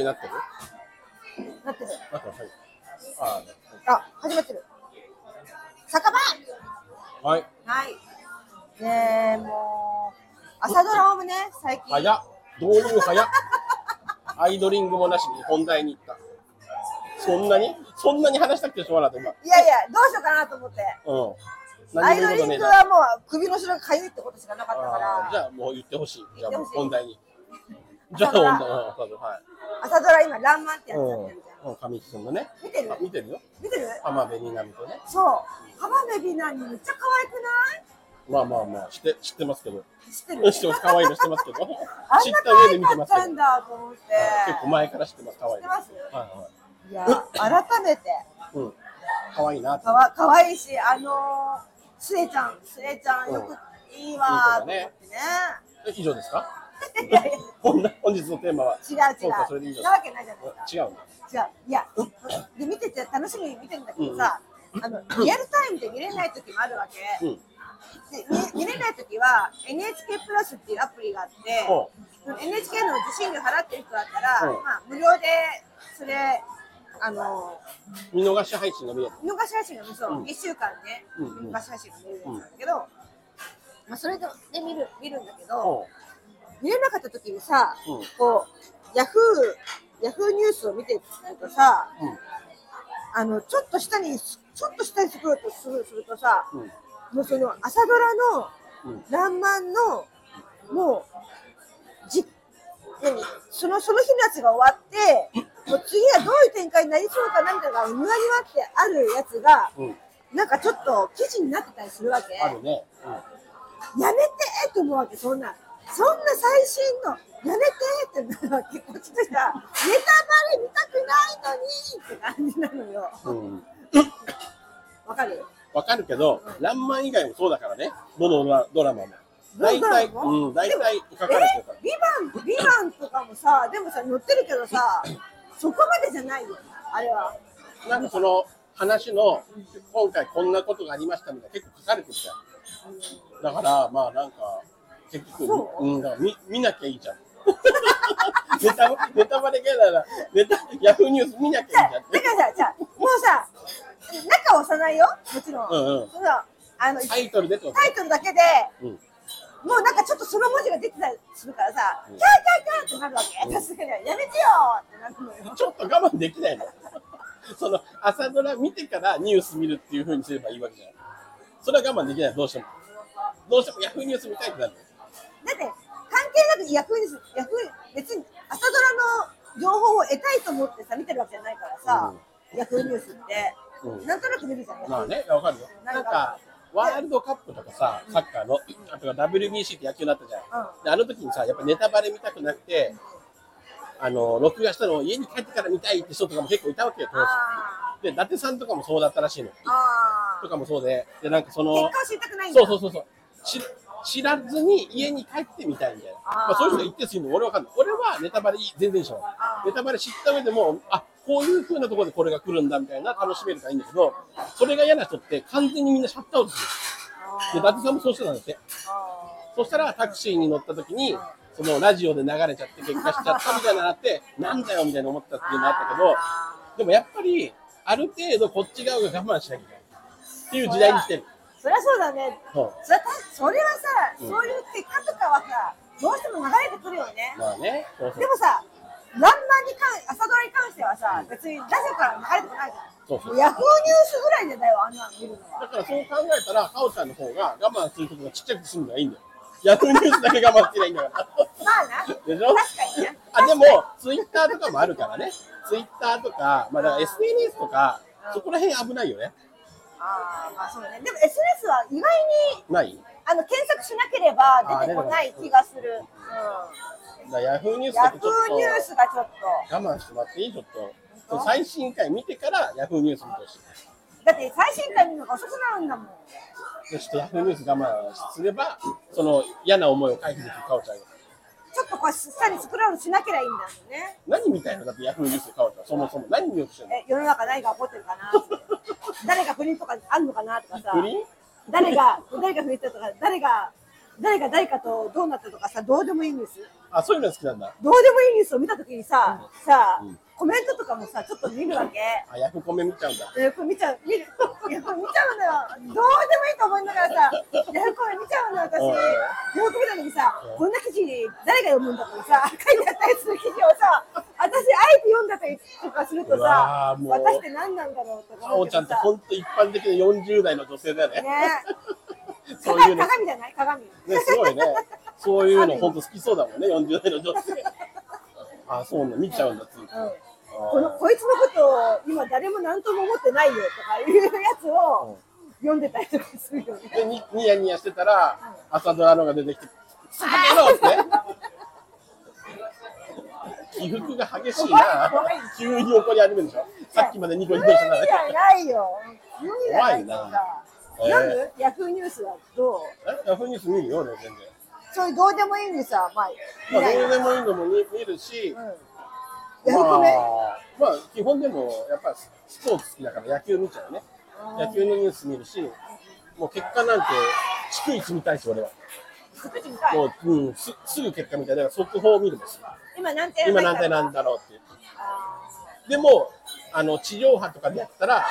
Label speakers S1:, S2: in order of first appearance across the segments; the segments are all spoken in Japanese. S1: になってる
S2: なってる。
S1: あとはいあ
S2: あ、始まってる。酒場
S1: ーはい
S2: はい。ねえ、もう、朝ドラもね、最近。
S1: 早っ導入早っアイドリングもなしに本題に行ったそんなにそんなに話したくてしょうがなかっ
S2: いやいや、どうしようかなと思って。
S1: た今うん
S2: アイ
S1: 何
S2: ド
S1: も言うことねえ
S2: リング
S1: な
S2: はもう首の後ろがかゆいってことしかなかった
S1: あーじ
S2: から、
S1: ゃあもう言ってほしいじゃあ
S2: 言
S1: も
S2: っ
S1: う
S2: てほしい
S1: 本題にじゃあ
S2: 朝ド
S1: 本
S2: ラ
S1: 題うん多分はい
S2: 朝ドラ今、らんまんってやつやってるじゃん。
S1: うんうん神木君のね
S2: 見てる
S1: あ見てるよ
S2: 見てる
S1: 浜辺美波とね
S2: そう。浜辺美波めっちゃ可愛くない
S1: まあまあまあ知って知ってますけど
S2: 知って
S1: う
S2: る
S1: ん知ってます可愛いの知ってますけど
S2: あん
S1: 知っ
S2: な
S1: た上で見
S2: 可
S1: て
S2: 愛
S1: ま
S2: かっ
S1: すけど
S2: たんだと思って。
S1: 結構前から知ってます可愛い
S2: 知って
S1: の
S2: ます
S1: はいはい
S2: いや、改めて。
S1: うん、可愛いなって。
S2: かわかわいいし、あのー、スエちゃん、スエちゃん、よくいいわーと思ってね。
S1: え以上です か？
S2: いやいや
S1: 本本日のテーマは
S2: 違う違。
S1: そうかそれでいいうじゃん
S2: なわけないじゃないですか。
S1: 違うんだ。
S2: 違ういやで見てて楽しみに見てるんだけどさ、あのリアルタイムで見れない時もあるわけ、
S1: うん。
S2: で見見れない時は NHK プラスっていうアプリがあって、
S1: ほ
S2: NHK の受信料払ってる人だったら、
S1: うん
S2: まあ、無料でそれあの
S1: 見逃し配信が見える。
S2: 見逃し配信が見そう、
S1: うん
S2: 1週間ね、
S1: うん
S2: 見逃し配信が見れるやつなんだけど、まあ、それでで見る見るんだけど、
S1: ほ
S2: 見れなかった時にさ、
S1: うん
S2: こうヤフーヤフーニュースを見てるとさ
S1: う。うん。
S2: あのちょっと下にちょっと下に作ろうとするするとさ、
S1: うん
S2: もうその朝ドラ
S1: うん
S2: の「らんまん」のもうじ何そのその日のやつが終わってもう次はどういう展開になりそうかなみたいなのがうにわにわってあるやつが
S1: うん。
S2: なんかちょっと記事になってたりするわけ。
S1: あるね。
S2: やめてーって思うわけそんなそんな最新のやめてーってなるわけこっちとしてはネタバレ見たくないのにって感じなのよ
S1: うん。うん。
S2: わかる
S1: わかるけど、ランマン以外もそうだからね。どのドラドラマも。大体、
S2: どのドラマも
S1: うん、大体書
S2: え
S1: かれてるから。
S2: ビバンビバンとかもさでもさ載ってるけどさそこまでじゃないよあれは
S1: なんかその話の今回こんなことがありましたみたいな結構書かれてるじゃん。だからまあなんか結局
S2: そう
S1: う、ん、だから見見なきゃいいじゃん。 ネタネタバレ嫌いならネタヤフーニュース見なきゃいいじゃんっ
S2: だ
S1: て
S2: か。らさじゃあもうさ中は押さないよもちろん、
S1: うんうん
S2: そのあの
S1: タ
S2: タイ
S1: イトルでってことね。
S2: トルだけで
S1: うん
S2: もうなんかちょっとその文字が出てたりするからさ、キャーキャーキャーってなるわけ。さすがにやめてよーってなるのよ。
S1: ちょっと我慢できないの。その朝ドラ見てからニュース見るっていう風にすればいいわけじゃない。それは我慢できないどうしても。どうしてもヤフーニュース見たいってなる。
S2: だって関係なくヤフーですヤフー別に朝ドラの情報を得たいと思ってさ見てるわけじゃないからさ、ヤフーニュースって、
S1: うん
S2: なんとなく見るじゃん。
S1: まあね、わかるよ。なんか、ワールドカップとかさ、サッカーの、あとは WBC って野球だったじゃん。
S2: う
S1: であの時にさ、やっぱネタバレ見たくなくて、あの、録画したのを家に帰ってから見たいって人とかも結構いたわけよ、当
S2: あ
S1: 時。で、伊達さんとかもそうだったらしいの。
S2: ーあ
S1: とかもそうで、で、なんかそ
S2: ー。
S1: の
S2: 結、果を知りたくないんだ。
S1: そうそうそうそう知、知らずに家に帰ってみたいみたいな。
S2: あー
S1: まあそういう人が一定数いるの、俺わかんない。俺はネタバレ全然しない。
S2: あー
S1: ネタバレ知った上でも、あこういう風なところでこれが来るんだみたいな楽しめるからいいんだけど、それが嫌な人って完全にみんなシャットアウトする。で、伊達さんもそうしてたんだって。
S2: あ
S1: そしたらタクシーに乗った時に、そのラジオで流れちゃって結果しちゃったみたいなのあって、なんだよみたいな思ったっていうのあったけど、でもやっぱり、ある程度こっち側が我慢しなきゃいけない。っていう時代に来てる。
S2: ーそりゃそうだね。
S1: そう
S2: そりゃたそれはさ、
S1: うん
S2: そういう結果とかはさ、どうしても流れてくるよね。
S1: まあね。そうそう
S2: でもさ、ランマンに関朝ドラに関してはさ、別にラジオから流れてこないじゃん。
S1: そうそう
S2: ヤフーニュースぐらいじゃないわ、あんなの見るのは。
S1: だからそう考えたら、かおちゃんの方が我慢することがちっちゃく済むのがいいんだよ。ヤフーニュースだけ我慢してないいんだから。
S2: まあな。確
S1: でしょ
S2: かにね。
S1: あ、でも、ツイッターとかもあるからね。ツイッターとか、まあだから SNS とか、そこら辺危ないよね。
S2: ああ、まあそうね。でも SNS は意外に
S1: ない
S2: あの検索しなければ出てこない気がする。
S1: だからヤフーニュー
S2: うん。
S1: ス
S2: ヤ
S1: だ
S2: フ
S1: け
S2: ー
S1: ちょっと
S2: ニュースがちょっと。
S1: 我慢してもらっていいちょっと。そ
S2: 本
S1: の
S2: 当
S1: 最新回見てからヤフーニュース見てほしい。
S2: だって最新回見るのが遅くなるんだもん。
S1: で、ちょっとヤフーニュース我慢すれば、その嫌な思いを回避できるかおちゃんが。
S2: ちょっとこう下にスクロールしなければいいんだもんね。
S1: 何みたいなだってヤフーニュースかおちゃん。そもそも何見ようとしてる
S2: え、世の中何が起こってるかなって。誰が不倫とかあるのかなとかさ
S1: の。。不倫
S2: 誰が誰が不倫したとか、誰が誰が誰かとどうなったとかさ、どうでもいいんです。
S1: あ、そういうの好きなんだ。
S2: どうでもいいニュースを見たときにさ、さ
S1: うん、
S2: コメントとかもさ、ちょっと見るわけ。
S1: あ、ヤフコメ見ちゃうんだ。
S2: ヤフコメ見ちゃう、見る。ヤフコメ見ちゃうのよ。どうでもいいと思いながらさ、ヤフコメ見ちゃうのよ、私。
S1: うん
S2: ヤフコメ見たときにさ
S1: う、ん
S2: こんな記事誰が読むんだとかさ、書いてあったりする記事をさ、私、あえて読んだりとかすると
S1: うわ、
S2: さ
S1: ーもう
S2: 私って何なんだろうとか
S1: あ
S2: 思
S1: お
S2: うけ
S1: ちゃんっ
S2: ど
S1: て
S2: さ。
S1: 本当一般的な40代の女性だよね。
S2: ね。
S1: そういうの。
S2: 鏡
S1: ね、
S2: 鏡じゃない鏡。
S1: すごいね。そういうの本当好きそうだもんね、40代の女性。あ、そうなの、見ちゃうんだ、ついつい。
S2: うん
S1: あ
S2: このこいつのことを今誰も何とも思ってないよとかいうやつ
S1: うん
S2: を読んでたりとかするよね。
S1: でに、ニヤニヤしてたら、朝ドラのが出てきて、つかめろって。起伏が激しいな
S2: 怖い怖い。
S1: 急に怒り始めるでしょ。さっきまでニコニコしてたの
S2: 意味
S1: に。
S2: がないよ。意味がないと
S1: 怖
S2: か。
S1: いな
S2: 読む、ヤフーニュースはどう
S1: えヤフーニュース見るよね、全然。
S2: そういうどうでもいいんですよ、まあ。
S1: ま
S2: 見な
S1: あ、
S2: い
S1: どうでもいいのも見見るし、
S2: うん
S1: まあ、
S2: ヤフコメ
S1: まあ、基本でも、やっぱスポーツ好きだから野球見ちゃうね。野球のニュース見るし、もう結果なんて、逐一見たいし、俺は。
S2: 少し見たい
S1: もう、うん、すすぐ結果見たい。だから速報を見るんですよ。
S2: 今何点
S1: 今何対なんだろうっていう。
S2: あ
S1: でも、あの、地上波とかでやったら、わ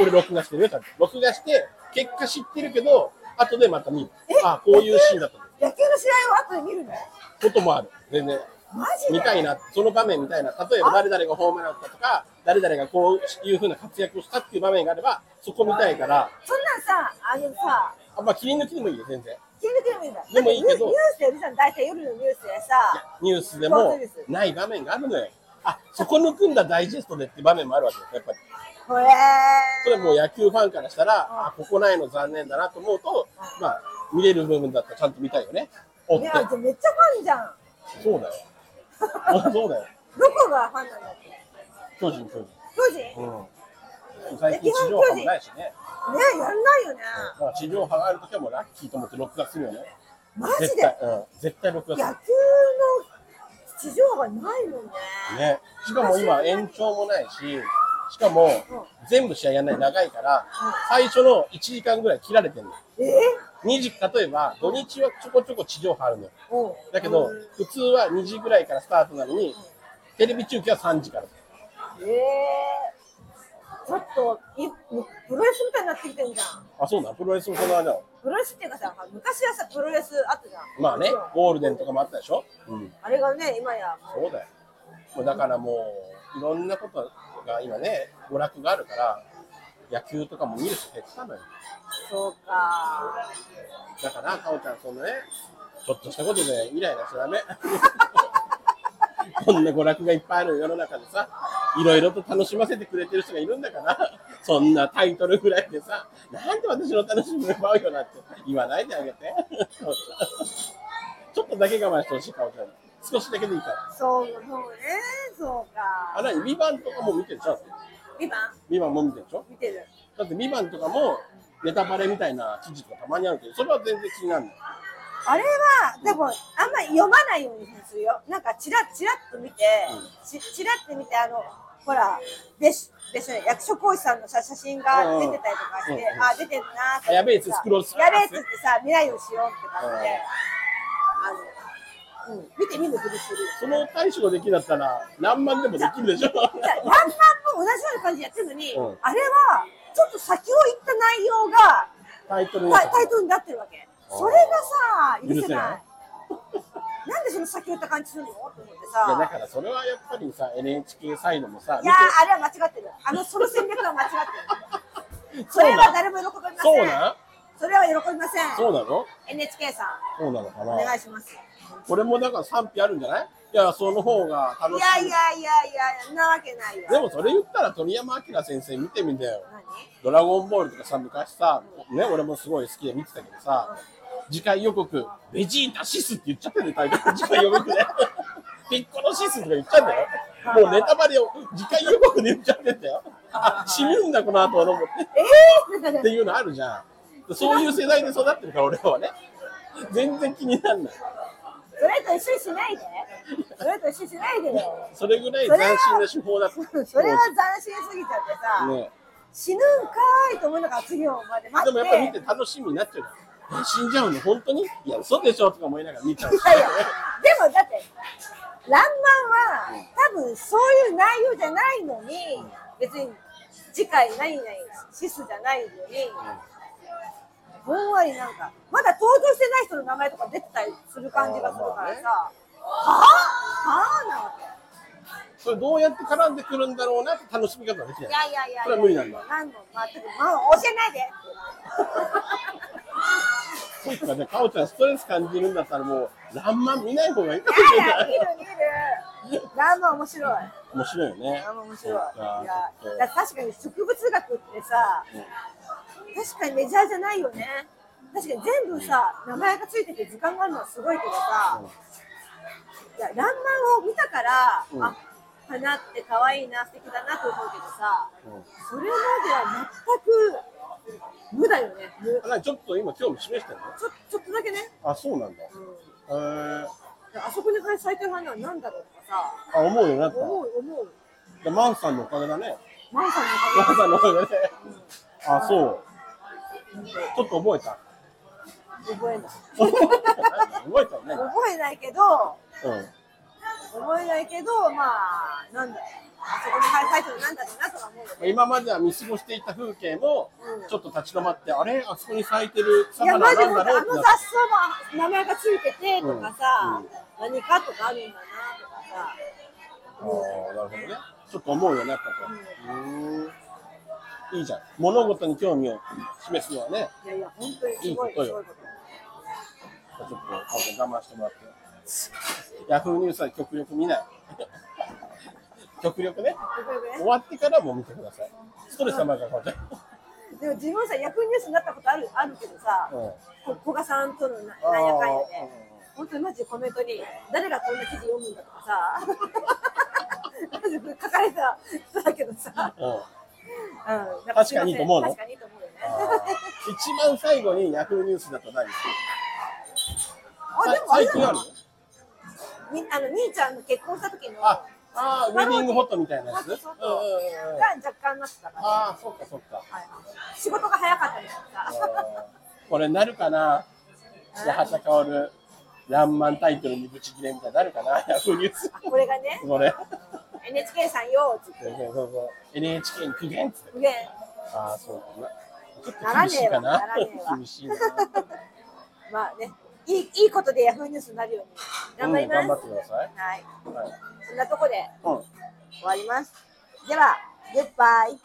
S1: 俺録画してるよ、ちゃんと録画して、結果知ってるけど、後でまた見る。あ、こういうシーンだった
S2: ー野球の試合を後で見るの
S1: こともある。全然。
S2: マジで
S1: 見たいな、その場面みたいな、例えば誰々がホームラン打ったとか、誰々がこういうふうな活躍をしたっていう場面があれば、そこ見たいから、
S2: そんなんさ、あのさ、
S1: あまあ、切り抜きでもいいよ、全然。
S2: 聞いてもいいんだ。
S1: でもいいけど
S2: ニュースでやるじゃん、大体夜のニュースでさ。
S1: ニュースで
S2: そ
S1: も
S2: うです
S1: ない場面があるのよ。あそこ抜くんだ、ダイジェストでって場面もあるわけよ、やっぱり。
S2: ほえ
S1: それはもう野球ファンからしたら、あ、ここないの残念だなと思うと、まあ、見れる部分だったらちゃんと見たいよね。おっ
S2: ー。い
S1: て
S2: や、。じゃあめっちゃファンじゃん。
S1: そう だよ。あそうだよ。
S2: どこがファンなんだっけ
S1: 巨人、巨
S2: 巨人ね
S1: 人。うん。最近地上波もないしね。
S2: やんないよね。
S1: だから地上波があるときはもうラッキーと思って録画するよね。
S2: マジ
S1: 絶
S2: で
S1: 対、うん、絶対録
S2: 野
S1: 画
S2: 球の
S1: す
S2: 地上波ないもんね。
S1: る。ね。しかも今延長もないし、しかも全部試合やんない長いから、最初の1時間ぐらい切られてるの。
S2: え
S1: 2時、例えば土日はちょこちょこ地上波あるのよ。
S2: おう
S1: だけど
S2: うん、
S1: 普通は2時ぐらいからスタートなのに、テレビ中継は3時から。
S2: えー、ちょっといプロレスみたいになってきてるじゃん。
S1: あ、そうなのプロレスもこの間は。
S2: プロレスっていうかさ、昔はさ、プロレスあったじゃん。
S1: まあね
S2: もちろん、
S1: ゴールデンとかもあったでしょうん。
S2: あれがね、今やも
S1: そ
S2: う。
S1: うだよ。もうだからもう、いろんなことが今ね、娯楽があるから、野球とかも見る人減ったのよ。
S2: そうか。
S1: だから、かおちゃん、そのね、ちょっとしたことでイライラしちゃダメ。 こんな娯楽がいっぱいある世の中でさ、いろいろと楽しませてくれてる人がいるんだから、そんなタイトルぐらいでさ、なんで私の楽しみを奪うよなんて言わないであげて。 ちょっとだけ我慢してほしい、かおちゃん。少しだけでいいから。
S2: そう、そうね、そう
S1: あ、
S2: か。
S1: なに、ビバンとかも見てるでしょ
S2: 今
S1: ビバンも見てるでしょ
S2: 見てる。
S1: だってビバンとかも、ネタバレみたいな記事とかたまにあるけど、それは全然気にならない。
S2: あれは、でも、あんまり読まないようにするよ。なんか、チラッチラッと見て、ちチラッと見て、あの、ほら、でし、でしょ、役所講師さんのさ写真が出てたりとかして、
S1: うんうん
S2: あ、出てるなーって
S1: あやべえやつスクロールする
S2: やべえやつってさ、見ないようにしようって感じで、あの、うん、見て見ぬふりする。
S1: その対処ができるんだったら、何万でもできるでしょ。
S2: じゃあ、ランナーも同じような感じでやってるのに、
S1: うん
S2: あれは、ちょっと先を行った内容が、
S1: タイトルになっ
S2: タ
S1: た
S2: タイトルになってるわけ。
S1: あー
S2: それがさ、許
S1: 許
S2: せ
S1: せ
S2: な。
S1: ない
S2: なんでその先を行った感じするのと思って
S1: いやだ
S2: さ。
S1: からそれはやっぱりさ、NHK サイドもさ、
S2: いやー、あれは間違ってる。あの、その戦略は間違ってる。 それは誰も喜びません。
S1: そうなん
S2: それは喜びません。
S1: そうなの
S2: NHK さん、
S1: そうなのか
S2: お願
S1: な。
S2: いします。
S1: これもだから賛否あるんじゃないいや、その方が
S2: い
S1: 楽し
S2: や
S1: い。
S2: いやいやいや、そんなわけないよ。
S1: でもそれ言ったら鳥山明先生見てみんだよ。
S2: 何
S1: ドラゴンボールとかさ、昔さ、ね、俺もすごい好きで見てたけどさ、次回予告、ベジータシスって言っちゃってるよ、タイトル。 次回予告で。ピッコロシスとか言っちゃうんだよ。もうネタバレを次回予告で言っちゃってんだよ。あ、死ぬんだ、この後はと思って。
S2: えー
S1: っていうのあるじゃん。そういう世代で育ってるから、俺らはね。全然気にならない。
S2: それと一緒にしないで。それと一緒にしないでよ。
S1: それぐらい斬新な手法だった。
S2: それは斬新すぎちゃってさ、
S1: ね
S2: 死ぬんかーいと思いながら次のまで待
S1: で
S2: って。
S1: もやっぱ見て楽しみになっちゃうから。え死んじゃうの本当にいや、嘘でしょとか思いながら見ちゃうし。
S2: いやいや、でもだって「らんまん」は多分そういう内容じゃないのに別に次回何々シスじゃないのにぼんわりなんかまだ登場してない人の名前とか出てたりする感じがするからさはあはあなわけ
S1: それどうやって絡んでくるんだろうなって楽しみ方ができないい
S2: やいやいや
S1: それは無理なんだ
S2: 何度も全くもう押せないで
S1: そうかねかおちゃんストレス感じるんだったらもう「らんまん」見ない方がいいかもし
S2: い
S1: れ
S2: やい
S1: な
S2: や見
S1: い
S2: る見るラーマン面白い
S1: 面白いよね
S2: ラーマン面白いいや
S1: そっかそっ
S2: だ
S1: か
S2: から確かに植物学ってさ確かにメジャーじゃないよね確かに全部さ名前がついてて時間があるのはすごいけどさいやランマンを見たから、
S1: うん
S2: あ花って可愛いな素敵だなと思うけどさ
S1: うんうん
S2: それまでは全く無だよね無
S1: あなんかちょっと今興味示してるの
S2: ちょちょっとだけね、
S1: あそうなんだへ
S2: うん
S1: えー、
S2: あそこに咲いてる花は何だろうとかさ
S1: あ思うようになった
S2: 思う思う
S1: でマンさんのおかげだね
S2: マンさんの
S1: マ
S2: お
S1: ン
S2: か
S1: さんのおかげであそうちょっと覚えた
S2: げ覚えない
S1: 覚えたよね
S2: 覚えないけど
S1: うん
S2: 覚えないけどまあなんだろうあそこに咲いてるなんだろうなとか思うよね
S1: 今までは見過ごしていた風景も
S2: うん
S1: ちょっと立ち止まって、あれあそこに咲いてる
S2: いや
S1: 魚
S2: マ
S1: は
S2: ジで
S1: 何だ
S2: 本当あ
S1: ろう
S2: の
S1: っ
S2: 雑
S1: て
S2: 草も
S1: なって
S2: 名前がついててとかさ、
S1: うん
S2: 何かとかあるんだなとかさ
S1: あーなるほどねちょっと思うようになったとうーんいいじゃん物事に興味を示すのはね
S2: いやいや本当にすごい
S1: いい
S2: すご
S1: こと
S2: いこ
S1: よ
S2: と
S1: ちょっと顔で我慢してもらってヤフーニュースは極力見ない 極力ね
S2: よくよくね
S1: 終わってからも見てくださいストレス溜まるからこうやって
S2: でも自分さ役にニュースになったことあるあるけどさ、
S1: うん
S2: こ古賀さんとのな
S1: あー
S2: なんやかん
S1: うんうん
S2: やで
S1: うん、
S2: 本当にマジでコメントに、誰がこんな記事読むんだとかさ、 マジで書かれた人だけどさ、
S1: うん
S2: うん、
S1: 確かにと思うの
S2: 確かにと思うよね。
S1: 一番最後にヤフーニュースだと何
S2: あ、でもあ
S1: 最
S2: れだ
S1: 近ある
S2: なみあの兄ちゃんの結婚した時の、
S1: ああーウェディングホットみたいなやつ、うん
S2: そ
S1: う
S2: う
S1: ん
S2: そうそう
S1: うんうん
S2: が若干なってたから、
S1: ああ、そっかそっか。
S2: はい、仕事が早かったりと
S1: あ
S2: かさ、
S1: ー これなるかな八幡薫、ランマンタイトルにブチ切れみたいになるかなヤフーニュース。
S2: これがね、
S1: これ。
S2: NHK さんよ、つって
S1: そうそうそう NHK に苦言っつって。
S2: ね、
S1: ああ、そうかな。ちょっと厳しいかな
S2: ならねえ。わ
S1: 厳しいな。
S2: まあね、いいいいことでヤフーニュースになるように頑張ります。
S1: うん頑張ってください。
S2: はい、
S1: はい
S2: そんなとこで
S1: うん
S2: 終わります。では、グッバイ。